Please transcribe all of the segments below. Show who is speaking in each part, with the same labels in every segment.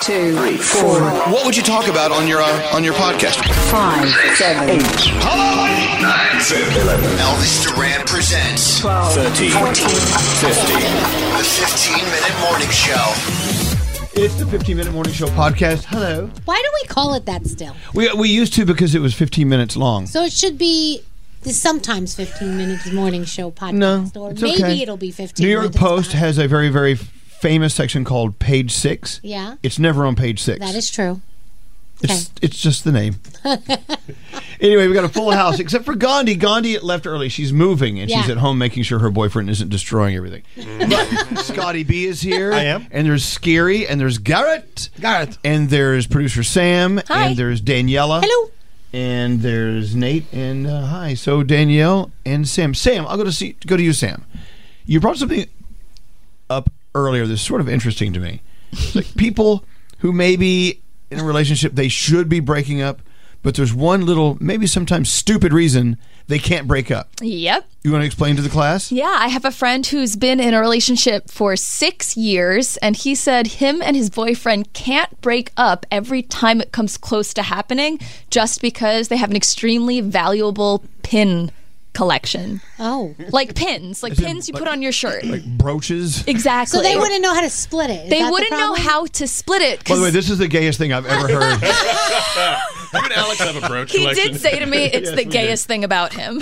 Speaker 1: two, three, four.
Speaker 2: What would you talk about on your uh, on your podcast?
Speaker 1: Five, seven, eight,
Speaker 2: Hello, nine, seven, eleven. Elvis Duran presents
Speaker 1: twelve,
Speaker 2: thirteen,
Speaker 1: fourteen,
Speaker 2: fifteen. The fifteen-minute morning show.
Speaker 3: It's the 15 Minute Morning Show podcast. Hello.
Speaker 4: Why do we call it that still?
Speaker 3: We, we used to because it was 15 minutes long.
Speaker 4: So it should be the sometimes 15 minutes morning show podcast.
Speaker 3: No,
Speaker 4: or
Speaker 3: it's
Speaker 4: maybe
Speaker 3: okay.
Speaker 4: it'll be 15
Speaker 3: New York
Speaker 4: minutes
Speaker 3: Post
Speaker 4: back.
Speaker 3: has a very, very f- famous section called Page Six.
Speaker 4: Yeah.
Speaker 3: It's never on page six.
Speaker 4: That is true.
Speaker 3: It's, it's just the name. anyway, we got a full house except for Gandhi. Gandhi left early. She's moving and she's
Speaker 4: Yeah.
Speaker 3: at home making sure her boyfriend isn't destroying everything. But Scotty B is here.
Speaker 5: I am.
Speaker 3: And there's Scary and there's Garrett.
Speaker 5: Garrett.
Speaker 3: And there's producer Sam.
Speaker 4: Hi.
Speaker 3: And there's Daniela.
Speaker 4: Hello.
Speaker 3: And there's Nate and uh, hi. So Danielle and Sam. Sam, I'll go to see go to you, Sam. You brought something up earlier that's sort of interesting to me. It's like people who maybe in a relationship they should be breaking up, but there's one little, maybe sometimes stupid reason they can't break up.
Speaker 6: Yep.
Speaker 3: You want to explain to the class?
Speaker 6: Yeah, I have a friend who's been in a relationship for six years, and he said him and his boyfriend can't break up every time it comes close to happening just because they have an extremely valuable pin collection.
Speaker 4: Oh.
Speaker 6: Like pins, like
Speaker 3: Is it
Speaker 6: pins you
Speaker 3: like-
Speaker 6: put on your shirt.
Speaker 3: Brooches.
Speaker 6: exactly.
Speaker 4: So they wouldn't know how to split it. Is
Speaker 6: They
Speaker 4: that the
Speaker 6: wouldn't know
Speaker 4: problem?
Speaker 6: how to split it.
Speaker 3: By the way,
Speaker 6: 'cause
Speaker 3: this is the gayest thing I've ever heard.
Speaker 5: Didn't Alex have a brooch
Speaker 6: he
Speaker 5: collection?
Speaker 6: did say to me, it's the gayest thing about him.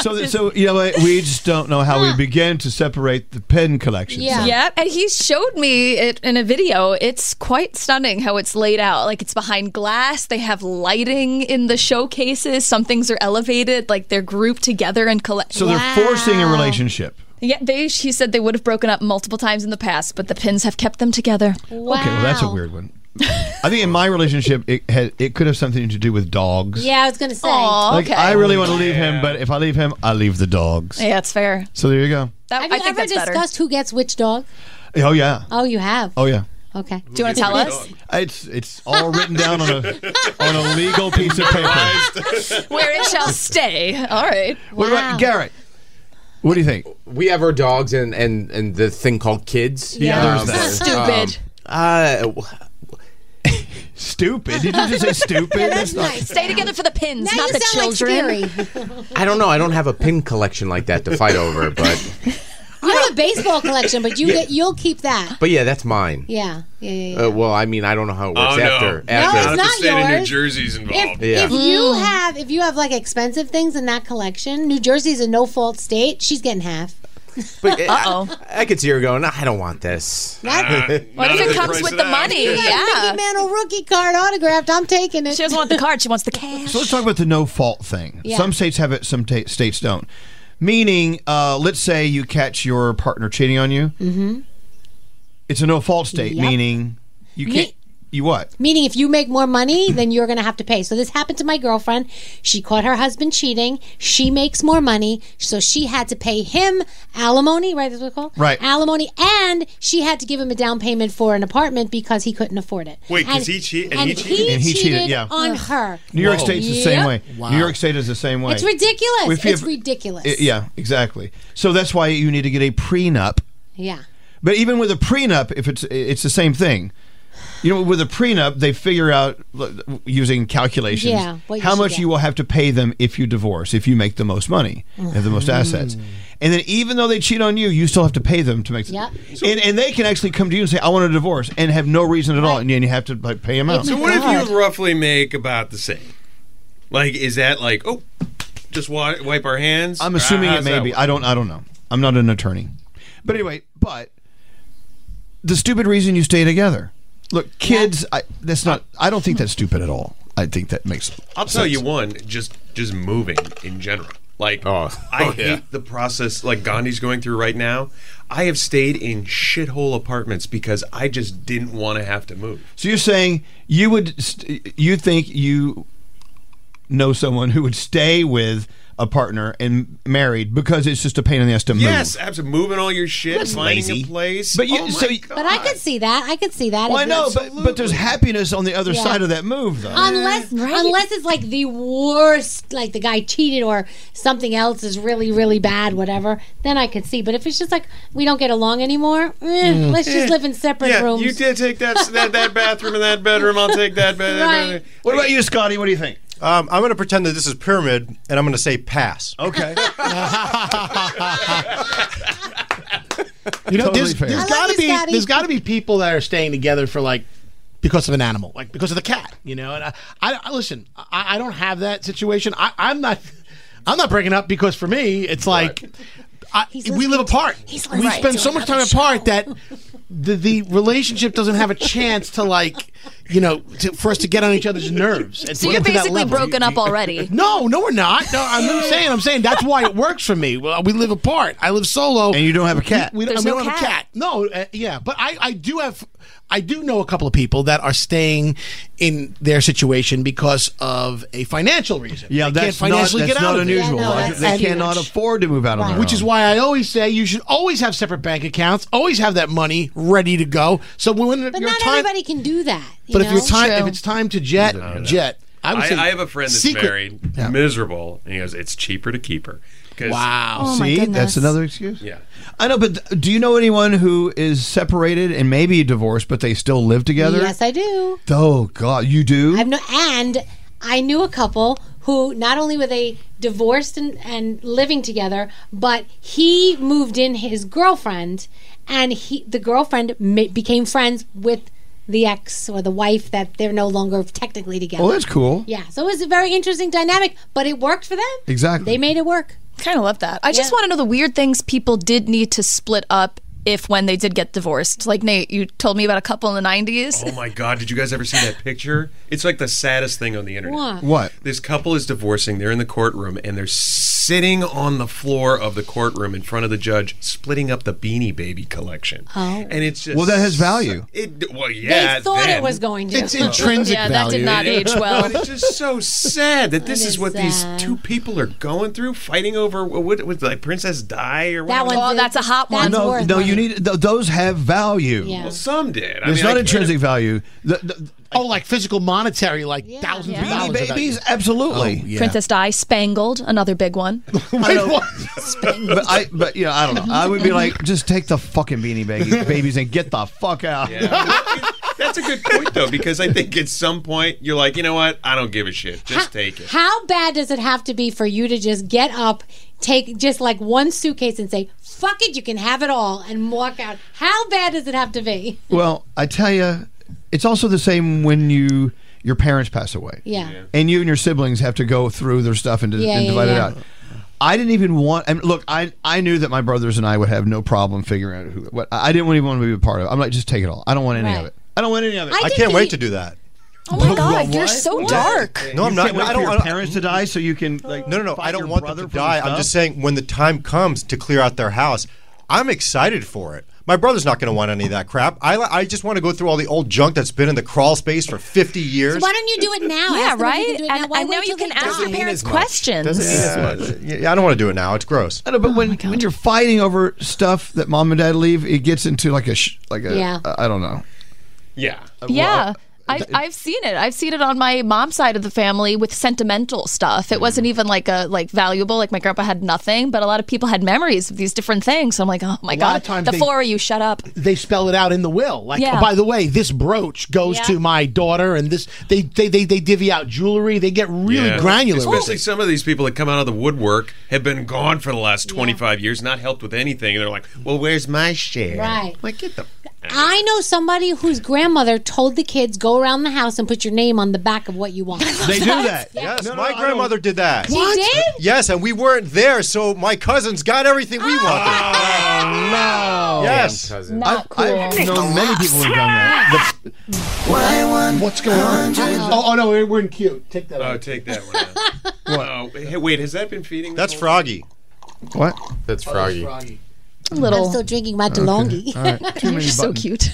Speaker 3: so, so you know, what? we just don't know how we begin to separate the pen collections.
Speaker 4: Yeah.
Speaker 6: Yep, and he showed me it in a video. It's quite stunning how it's laid out. Like it's behind glass. They have lighting in the showcases. Some things are elevated, like they're grouped together and collect.
Speaker 3: So they're forcing a relationship.
Speaker 6: yeah, they. He said they would have broken up multiple times in the past, but the pins have kept them together.
Speaker 4: Wow.
Speaker 3: Okay, well, that's a weird one. I think in my relationship, it had it could have something to do with dogs.
Speaker 4: Yeah, I was going to say.
Speaker 6: Aw,
Speaker 3: Like
Speaker 6: Oh, okay.
Speaker 3: I really want to leave him, but if I leave him, I leave the dogs.
Speaker 6: yeah, it's fair.
Speaker 3: So there you go.
Speaker 6: That,
Speaker 4: Have
Speaker 6: I
Speaker 4: you
Speaker 6: think
Speaker 4: ever
Speaker 6: that's better.
Speaker 4: discussed who gets which dog?
Speaker 3: Oh yeah.
Speaker 4: Oh, you have.
Speaker 3: Oh yeah.
Speaker 4: Okay.
Speaker 6: Do you want to tell us
Speaker 3: It's it's all written down on a on a legal piece of paper.
Speaker 6: where it shall stay? All right.
Speaker 3: What about
Speaker 4: Wow.
Speaker 3: Garrett? What do you think?
Speaker 7: We have our dogs and and and the thing called kids.
Speaker 3: Yeah, there's that.
Speaker 6: Stupid.
Speaker 7: Um, uh,
Speaker 3: Stupid? Did you just say stupid?
Speaker 6: that's nice. Stay together for the pins,
Speaker 4: Now
Speaker 6: not
Speaker 4: you
Speaker 6: the
Speaker 4: sound like
Speaker 6: children.
Speaker 7: I don't know. I don't have a pin collection like that to fight over, but
Speaker 4: You have a baseball collection, but you
Speaker 7: Yeah.
Speaker 4: get, you'll keep that.
Speaker 7: but yeah, that's mine.
Speaker 4: Yeah, yeah, yeah. yeah.
Speaker 7: Uh, well, I mean, I don't know how it works
Speaker 5: Oh, no.
Speaker 7: after.
Speaker 5: No,
Speaker 7: after.
Speaker 4: it's Not if the not state of New yours.
Speaker 5: Jersey's
Speaker 4: If,
Speaker 5: involved.
Speaker 7: Yeah.
Speaker 4: if
Speaker 6: Mm.
Speaker 4: you have if you have like expensive things in that collection, New Jersey's a no fault state. She's getting half.
Speaker 7: But uh,
Speaker 6: Uh-oh.
Speaker 7: I, I could see her going. I don't want this.
Speaker 6: What if it comes with the money?
Speaker 4: Mickey
Speaker 6: Yeah.
Speaker 4: Mantle rookie card autographed. I'm taking it.
Speaker 6: She doesn't want the card. She wants the cash.
Speaker 3: So let's talk about the no fault thing.
Speaker 4: Yeah.
Speaker 3: Some states have it, some ta states don't. Meaning, uh, let's say you catch your partner cheating on you. Mm-hmm. It's a no fault state,
Speaker 4: Yep.
Speaker 3: meaning you
Speaker 4: Me-
Speaker 3: can't. you what?
Speaker 4: Meaning, if you make more money, then you're going to have to pay. So, this happened to my girlfriend. She caught her husband cheating. She makes more money. So, she had to pay him alimony, right? That's what it's called?
Speaker 3: Right.
Speaker 4: Alimony. And she had to give him a down payment for an apartment because he couldn't afford it.
Speaker 5: Wait, 'cause
Speaker 4: And-
Speaker 5: he chea- and
Speaker 4: And
Speaker 5: he cheated?
Speaker 3: And he cheated,
Speaker 4: cheated
Speaker 3: yeah.
Speaker 4: on her.
Speaker 3: New York State's the same
Speaker 4: Yep.
Speaker 3: way. New York State is the same way.
Speaker 4: It's ridiculous.
Speaker 3: If you
Speaker 4: It's
Speaker 3: have-
Speaker 4: ridiculous.
Speaker 3: I- yeah, exactly. So that's why you need to get a prenup.
Speaker 4: Yeah.
Speaker 3: But even with a prenup, if it's it's the same thing. You know, with a prenup, they figure out l- using calculations
Speaker 4: Yeah, what you
Speaker 3: how
Speaker 4: should
Speaker 3: much
Speaker 4: get.
Speaker 3: you will have to pay them if you divorce, if you make the most money, have the most
Speaker 4: Mm-hmm.
Speaker 3: assets. And then even though they cheat on you, you still have to pay them to make the
Speaker 4: Yep.
Speaker 3: And, and they can actually come to you and say, I want a divorce and have no reason at all. And then you have to like, pay them out.
Speaker 5: So what if you roughly make about the same? Like, is that like, oh, just wi- wipe our hands?
Speaker 3: I'm
Speaker 5: Or
Speaker 3: assuming
Speaker 5: how's
Speaker 3: it may
Speaker 5: that
Speaker 3: be.
Speaker 5: work?
Speaker 3: I don't. I don't know. I'm not an attorney. But anyway, but the stupid reason you stay together. Look, kids. I, that's not. I don't think that's stupid at all. I think that makes.
Speaker 5: I'll tell you one, just just moving in general. Like
Speaker 7: Oh.
Speaker 5: I
Speaker 7: Oh,
Speaker 5: hate
Speaker 7: yeah.
Speaker 5: the process like Gandhi's going through right now. I have stayed in shithole apartments because I just didn't want to have to move.
Speaker 3: So you're saying you would. St- you think you know someone who would stay with a partner and married because it's just a pain in the ass to move.
Speaker 5: Yes, absolutely moving all your shit,
Speaker 3: That's
Speaker 5: finding
Speaker 3: lazy.
Speaker 5: a place.
Speaker 3: But you-
Speaker 5: oh my
Speaker 3: so you-
Speaker 5: God.
Speaker 4: But I could see that. I could see that.
Speaker 3: Well, I
Speaker 4: If
Speaker 3: know,
Speaker 4: it's-
Speaker 3: but, but there's happiness on the other
Speaker 4: Yeah.
Speaker 3: side of that move, though.
Speaker 4: Unless, unless it's like the worst, like the guy cheated or something else is really, really bad, whatever, then I could see. But if it's just like we don't get along anymore, eh, let's just live in separate
Speaker 5: yeah,
Speaker 4: rooms.
Speaker 5: you did take that, that that bathroom and that bedroom. I'll take that bedroom.
Speaker 4: Right.
Speaker 3: what about you, Scotty? What do you think?
Speaker 8: Um, I'm going to pretend that this is pyramid, and I'm going to say pass.
Speaker 3: Okay.
Speaker 9: You know,
Speaker 3: Totally
Speaker 9: there's,
Speaker 3: fair.
Speaker 9: there's
Speaker 4: I love
Speaker 9: got
Speaker 4: you,
Speaker 9: to be
Speaker 4: Scotty.
Speaker 9: there's got to be people that are staying together for like because of an animal, like because of the cat, you know. And I, I, I listen, I, I don't have that situation. I, I'm not, I'm not breaking up because for me, it's like. I, we live apart. we
Speaker 4: listening
Speaker 9: spend
Speaker 4: to
Speaker 9: so much time
Speaker 4: another
Speaker 9: apart that the, the relationship doesn't have a chance to like, you know, to, for us to get on each other's nerves. It's
Speaker 6: So you're
Speaker 9: to that
Speaker 6: basically
Speaker 9: level.
Speaker 6: broken up already.
Speaker 9: No, no, we're not. No, I'm not saying. I'm saying that's why it works for me. Well, we live apart. I live solo,
Speaker 3: And you don't have a cat.
Speaker 9: We, we, don't-
Speaker 6: There's
Speaker 9: we
Speaker 6: no
Speaker 9: don't have a
Speaker 6: cat.
Speaker 9: cat. No, uh, yeah, but I, I do have. I do know a couple of people that are staying in their situation because of a financial reason.
Speaker 3: Yeah,
Speaker 9: they
Speaker 3: that's
Speaker 9: can't financially
Speaker 3: not, that's
Speaker 9: get out
Speaker 3: not
Speaker 9: of it.
Speaker 3: unusual.
Speaker 4: Yeah, no,
Speaker 3: Like,
Speaker 4: that's
Speaker 3: they
Speaker 4: huge.
Speaker 3: cannot afford to move out on their
Speaker 9: Which is
Speaker 3: own.
Speaker 9: why I always say you should always have separate bank accounts. Always have that money ready to go. So when
Speaker 4: but
Speaker 9: your
Speaker 4: not
Speaker 9: time,
Speaker 4: everybody can do that. you
Speaker 9: but if
Speaker 4: know?
Speaker 9: your time,
Speaker 6: True.
Speaker 9: if it's time to jet, jet. I, would
Speaker 5: I,
Speaker 9: say
Speaker 5: I have a friend that's
Speaker 9: secret-
Speaker 5: married,
Speaker 9: Yeah.
Speaker 5: miserable, and he goes, "It's cheaper to keep her." 'Cause-
Speaker 9: Wow.
Speaker 6: Oh my
Speaker 3: See, that's
Speaker 6: goodness.
Speaker 3: another excuse.
Speaker 5: Yeah.
Speaker 3: I know, but th- do you know anyone who is separated and maybe divorced, but they still live together?
Speaker 4: yes, I do.
Speaker 3: Oh God, you do.
Speaker 4: I've no, and I knew a couple who not only were they divorced and, and living together, but he moved in his girlfriend, and he the girlfriend ma- became friends with the ex or the wife that they're no longer technically together.
Speaker 3: well, Oh, that's cool.
Speaker 4: yeah, so it was a very interesting dynamic, but it worked for them.
Speaker 3: Exactly.
Speaker 4: they made it work.
Speaker 6: Kind of love that. I just
Speaker 4: Yeah.
Speaker 6: want to know the weird things people did need to split up if when they did get divorced. Like Nate, you told me about a couple in the 90s.
Speaker 5: Oh my God! Did you guys ever see that picture? It's like the saddest thing on the internet.
Speaker 4: What?
Speaker 3: What?
Speaker 5: This couple is divorcing. They're in the courtroom and they're sitting on the floor of the courtroom in front of the judge, splitting up the Beanie Baby collection.
Speaker 4: Oh.
Speaker 5: and it's just
Speaker 3: Well, that has value.
Speaker 5: It well,
Speaker 4: They
Speaker 5: yeah.
Speaker 4: thought
Speaker 5: then.
Speaker 4: it was going to.
Speaker 9: It's intrinsic
Speaker 6: yeah, that
Speaker 9: value.
Speaker 6: did not age well.
Speaker 5: But it's just so sad that this
Speaker 4: That
Speaker 5: is,
Speaker 4: is
Speaker 5: what
Speaker 4: sad.
Speaker 5: these two people are going through, fighting over what was like Princess Di or
Speaker 4: That
Speaker 5: what
Speaker 4: one's
Speaker 6: Oh, that's a hot
Speaker 4: that's
Speaker 6: one.
Speaker 3: no,
Speaker 4: worth
Speaker 3: no,
Speaker 4: one.
Speaker 3: you you need th- those have value.
Speaker 5: Well, some did. I
Speaker 3: There's
Speaker 5: mean,
Speaker 3: not
Speaker 5: I-
Speaker 3: intrinsic value. The,
Speaker 9: oh, like physical monetary, like thousands
Speaker 6: yeah.
Speaker 9: of
Speaker 6: Beanie
Speaker 9: dollars. of
Speaker 3: Babies,
Speaker 9: value.
Speaker 3: absolutely.
Speaker 9: Oh,
Speaker 6: Princess Di, Spangled, another big one.
Speaker 3: but I, but you know, I don't know. I would be like, just take the fucking beanie Baggie- babies and get the fuck out.
Speaker 5: That's a good point though, because I think at some point you're like, you know what? I don't give a shit. Just take it.
Speaker 4: How bad does it have to be for you to just get up, take just like one suitcase and say, fuck it, you can have it all, and walk out? How bad does it have to be?
Speaker 3: Well, I tell you, it's also the same when you your parents pass away.
Speaker 4: Yeah. Yeah.
Speaker 3: And you and your siblings have to go through their stuff and,
Speaker 4: Yeah,
Speaker 3: and
Speaker 4: yeah,
Speaker 3: divide
Speaker 4: yeah.
Speaker 3: it out. I didn't even want. I mean, look, I I knew that my brothers and I would have no problem figuring out who. What I didn't even want to be a part of. it. I'm like, just take it all. I don't want any of
Speaker 8: Right.
Speaker 3: it. I don't want any of it.
Speaker 8: I I did can't the- wait to do that.
Speaker 6: Oh my God,
Speaker 8: What?
Speaker 6: you're so
Speaker 8: What?
Speaker 6: dark.
Speaker 8: No, I'm
Speaker 3: You
Speaker 8: not.
Speaker 3: can't wait
Speaker 8: I
Speaker 3: for
Speaker 8: don't
Speaker 3: your
Speaker 8: want
Speaker 3: parents to die, so you can like.
Speaker 8: No, no, no.
Speaker 3: fight
Speaker 8: I don't
Speaker 3: your
Speaker 8: want them
Speaker 3: brother
Speaker 8: to
Speaker 3: for
Speaker 8: die.
Speaker 3: the
Speaker 8: I'm
Speaker 3: stuff?
Speaker 8: just saying when the time comes to clear out their house, I'm excited for it. My brother's not going to want any of that crap. I, li- I just want to go through all the old junk that's been in the crawl space for 50 years.
Speaker 4: So why don't you do it now?
Speaker 6: Yeah,
Speaker 4: Ask them if you
Speaker 6: right?
Speaker 4: can do it
Speaker 6: And
Speaker 4: now. Why
Speaker 6: I know
Speaker 4: wait
Speaker 6: you
Speaker 4: till
Speaker 6: can
Speaker 4: they
Speaker 6: ask
Speaker 4: die?
Speaker 6: your parents questions.
Speaker 8: Doesn't mean as much. Yeah, I don't want to do it now. It's gross.
Speaker 3: I know,
Speaker 6: Oh
Speaker 3: but when, when you're fighting over stuff that mom and dad leave, it gets into like a sh- like a
Speaker 6: Yeah.
Speaker 3: I don't know.
Speaker 5: Yeah.
Speaker 6: Yeah. I, I've seen it. I've seen it on my mom's side of the family with sentimental stuff. It
Speaker 3: Hmm.
Speaker 6: wasn't even like a like valuable. Like my grandpa had nothing, but a lot of people had memories of these different things. So I'm like, oh my
Speaker 9: A
Speaker 6: god,
Speaker 9: lot of times
Speaker 6: the
Speaker 9: they-
Speaker 6: four of you, shut up.
Speaker 9: They spell it out in the will. Like,
Speaker 6: Yeah.
Speaker 9: oh, by the way, this brooch goes
Speaker 6: Yeah.
Speaker 9: to my daughter, and this they they they, they divvy out jewelry. They get really
Speaker 5: Yeah.
Speaker 9: granular. with
Speaker 5: Especially
Speaker 9: it.
Speaker 5: some of these people that come out of the woodwork have been gone for the last 25 years, not helped with anything. And they're like, well, where's my share?
Speaker 4: Right.
Speaker 5: Like, get the.
Speaker 4: I know somebody whose grandmother told the kids go around the house and put your name on the back of what you want.
Speaker 8: They do that. Yes, my grandmother did that.
Speaker 4: She What? did?
Speaker 8: Yes, and we weren't there, so my cousins got everything we wanted. Oh
Speaker 3: no!
Speaker 8: Yes,
Speaker 3: Not I've cool. known many people who've done that.
Speaker 9: What's going on? Oh, oh, no, we're, we're in queue. Take that.
Speaker 5: Oh, take that one out. Oh, hey, wait, has that been feeding?
Speaker 8: That's Froggy.
Speaker 3: What?
Speaker 5: Oh,
Speaker 7: That's Froggy.
Speaker 4: I'm still drinking my
Speaker 3: Okay.
Speaker 4: DeLonghi.
Speaker 3: All right. Too many buttons.
Speaker 6: cute.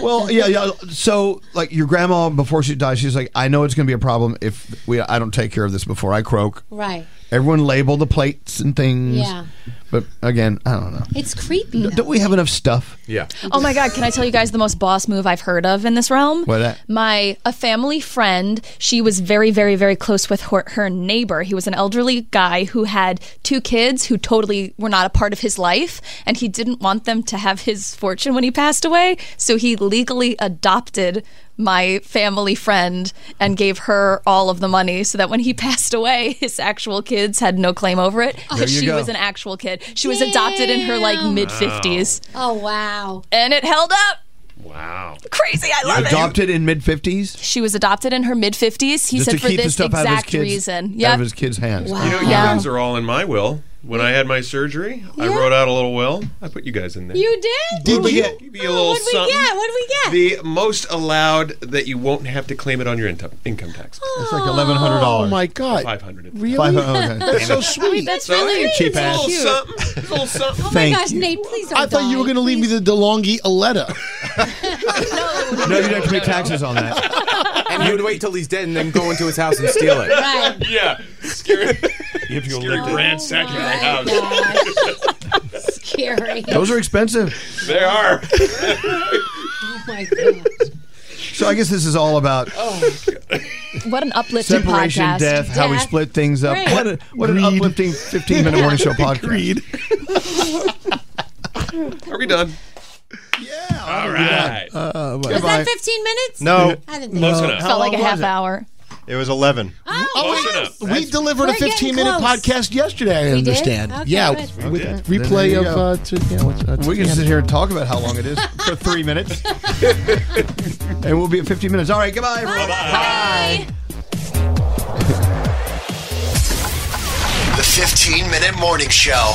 Speaker 3: well, yeah, yeah. So, like, your grandma before she died, she's like, "I know it's going to be a problem if we I don't take care of this before I croak."
Speaker 4: Right.
Speaker 3: Everyone label the plates and things.
Speaker 6: Yeah.
Speaker 3: But again, I don't know.
Speaker 4: It's creepy.
Speaker 3: D- Don't we have enough stuff?
Speaker 7: Yeah.
Speaker 6: Oh my god, can I tell you guys the most boss move I've heard of in this realm?
Speaker 3: What that?
Speaker 6: my a family friend she was very very very close with her, her neighbor he was an elderly guy who had two kids who totally were not a part of his life and he didn't want them to have his fortune when he passed away so he legally adopted my family friend and gave her all of the money so that when he passed away his actual kids had no claim over it
Speaker 4: There
Speaker 6: because
Speaker 4: you
Speaker 6: she
Speaker 4: go.
Speaker 6: was an actual kid she was adopted in her like
Speaker 4: Damn.
Speaker 6: mid 50s
Speaker 4: Oh wow.
Speaker 6: and it held up
Speaker 5: Wow.
Speaker 6: crazy i love it
Speaker 3: Adopted in mid fifties.
Speaker 6: she was adopted in her mid 50s. He
Speaker 3: Just
Speaker 6: said
Speaker 3: to
Speaker 6: for
Speaker 3: keep the
Speaker 6: this
Speaker 3: stuff out of his
Speaker 6: exact
Speaker 3: kids-
Speaker 6: reason.
Speaker 3: Out
Speaker 6: Yep.
Speaker 3: of his kid's hands.
Speaker 6: Wow.
Speaker 5: You know, you
Speaker 6: Yeah.
Speaker 5: guys are all in my will. When I had my surgery, I wrote out a little will. I put you guys in there.
Speaker 4: You did?
Speaker 5: Did we get? Give you a little
Speaker 4: What'd we
Speaker 5: something.
Speaker 4: get? What'd we get?
Speaker 5: The most allowed that you won't have to claim it on your income income tax.
Speaker 3: It's like eleven hundred dollars.
Speaker 9: Oh my god.
Speaker 5: Five hundred.
Speaker 9: Really?
Speaker 3: $500, okay.
Speaker 9: That's so sweet.
Speaker 6: that's
Speaker 5: really
Speaker 3: cheap ass.
Speaker 5: Little something. Little something.
Speaker 9: Oh
Speaker 4: Oh
Speaker 9: my Thank
Speaker 4: my
Speaker 9: gosh,
Speaker 4: gosh,
Speaker 9: you.
Speaker 4: Nate, please don't
Speaker 9: I thought you were going to leave me the DeLonghi Aletta.
Speaker 3: No, you'd have to pay taxes on that.
Speaker 7: And he would wait till he's dead and then go into his house and steal it.
Speaker 5: Yeah. Scary.
Speaker 3: If you
Speaker 5: Scary ransacking my house.
Speaker 4: Scary.
Speaker 3: Those are expensive.
Speaker 5: They are.
Speaker 4: Oh my god. Oh
Speaker 3: So I guess this is all about
Speaker 6: What an uplifting
Speaker 3: separation,
Speaker 6: podcast.
Speaker 3: death, how we split things up.
Speaker 6: Great.
Speaker 3: What, a, what an uplifting 15 minute morning show podcast.
Speaker 5: Are we done? Yeah. All right.
Speaker 3: Uh,
Speaker 4: Was that 15 minutes?
Speaker 8: No.
Speaker 4: I didn't Oh, think
Speaker 8: Close
Speaker 4: so.
Speaker 8: enough. Felt like a half
Speaker 6: hour.
Speaker 8: It was 11.
Speaker 9: we delivered a
Speaker 4: We're getting
Speaker 9: 15 minute
Speaker 4: close.
Speaker 9: podcast yesterday, I
Speaker 4: We did?
Speaker 9: understand.
Speaker 4: Okay,
Speaker 9: yeah,
Speaker 4: good.
Speaker 9: with
Speaker 4: We did.
Speaker 9: replay
Speaker 3: There you
Speaker 9: of.
Speaker 3: go.
Speaker 9: Uh, two, yeah, what's, uh,
Speaker 3: We can
Speaker 9: yeah.
Speaker 3: sit here and talk about how long it is for three minutes. and we'll be at 15 minutes. All right, goodbye. everyone.
Speaker 2: The 15 Minute Morning Show.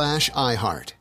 Speaker 10: iHeart.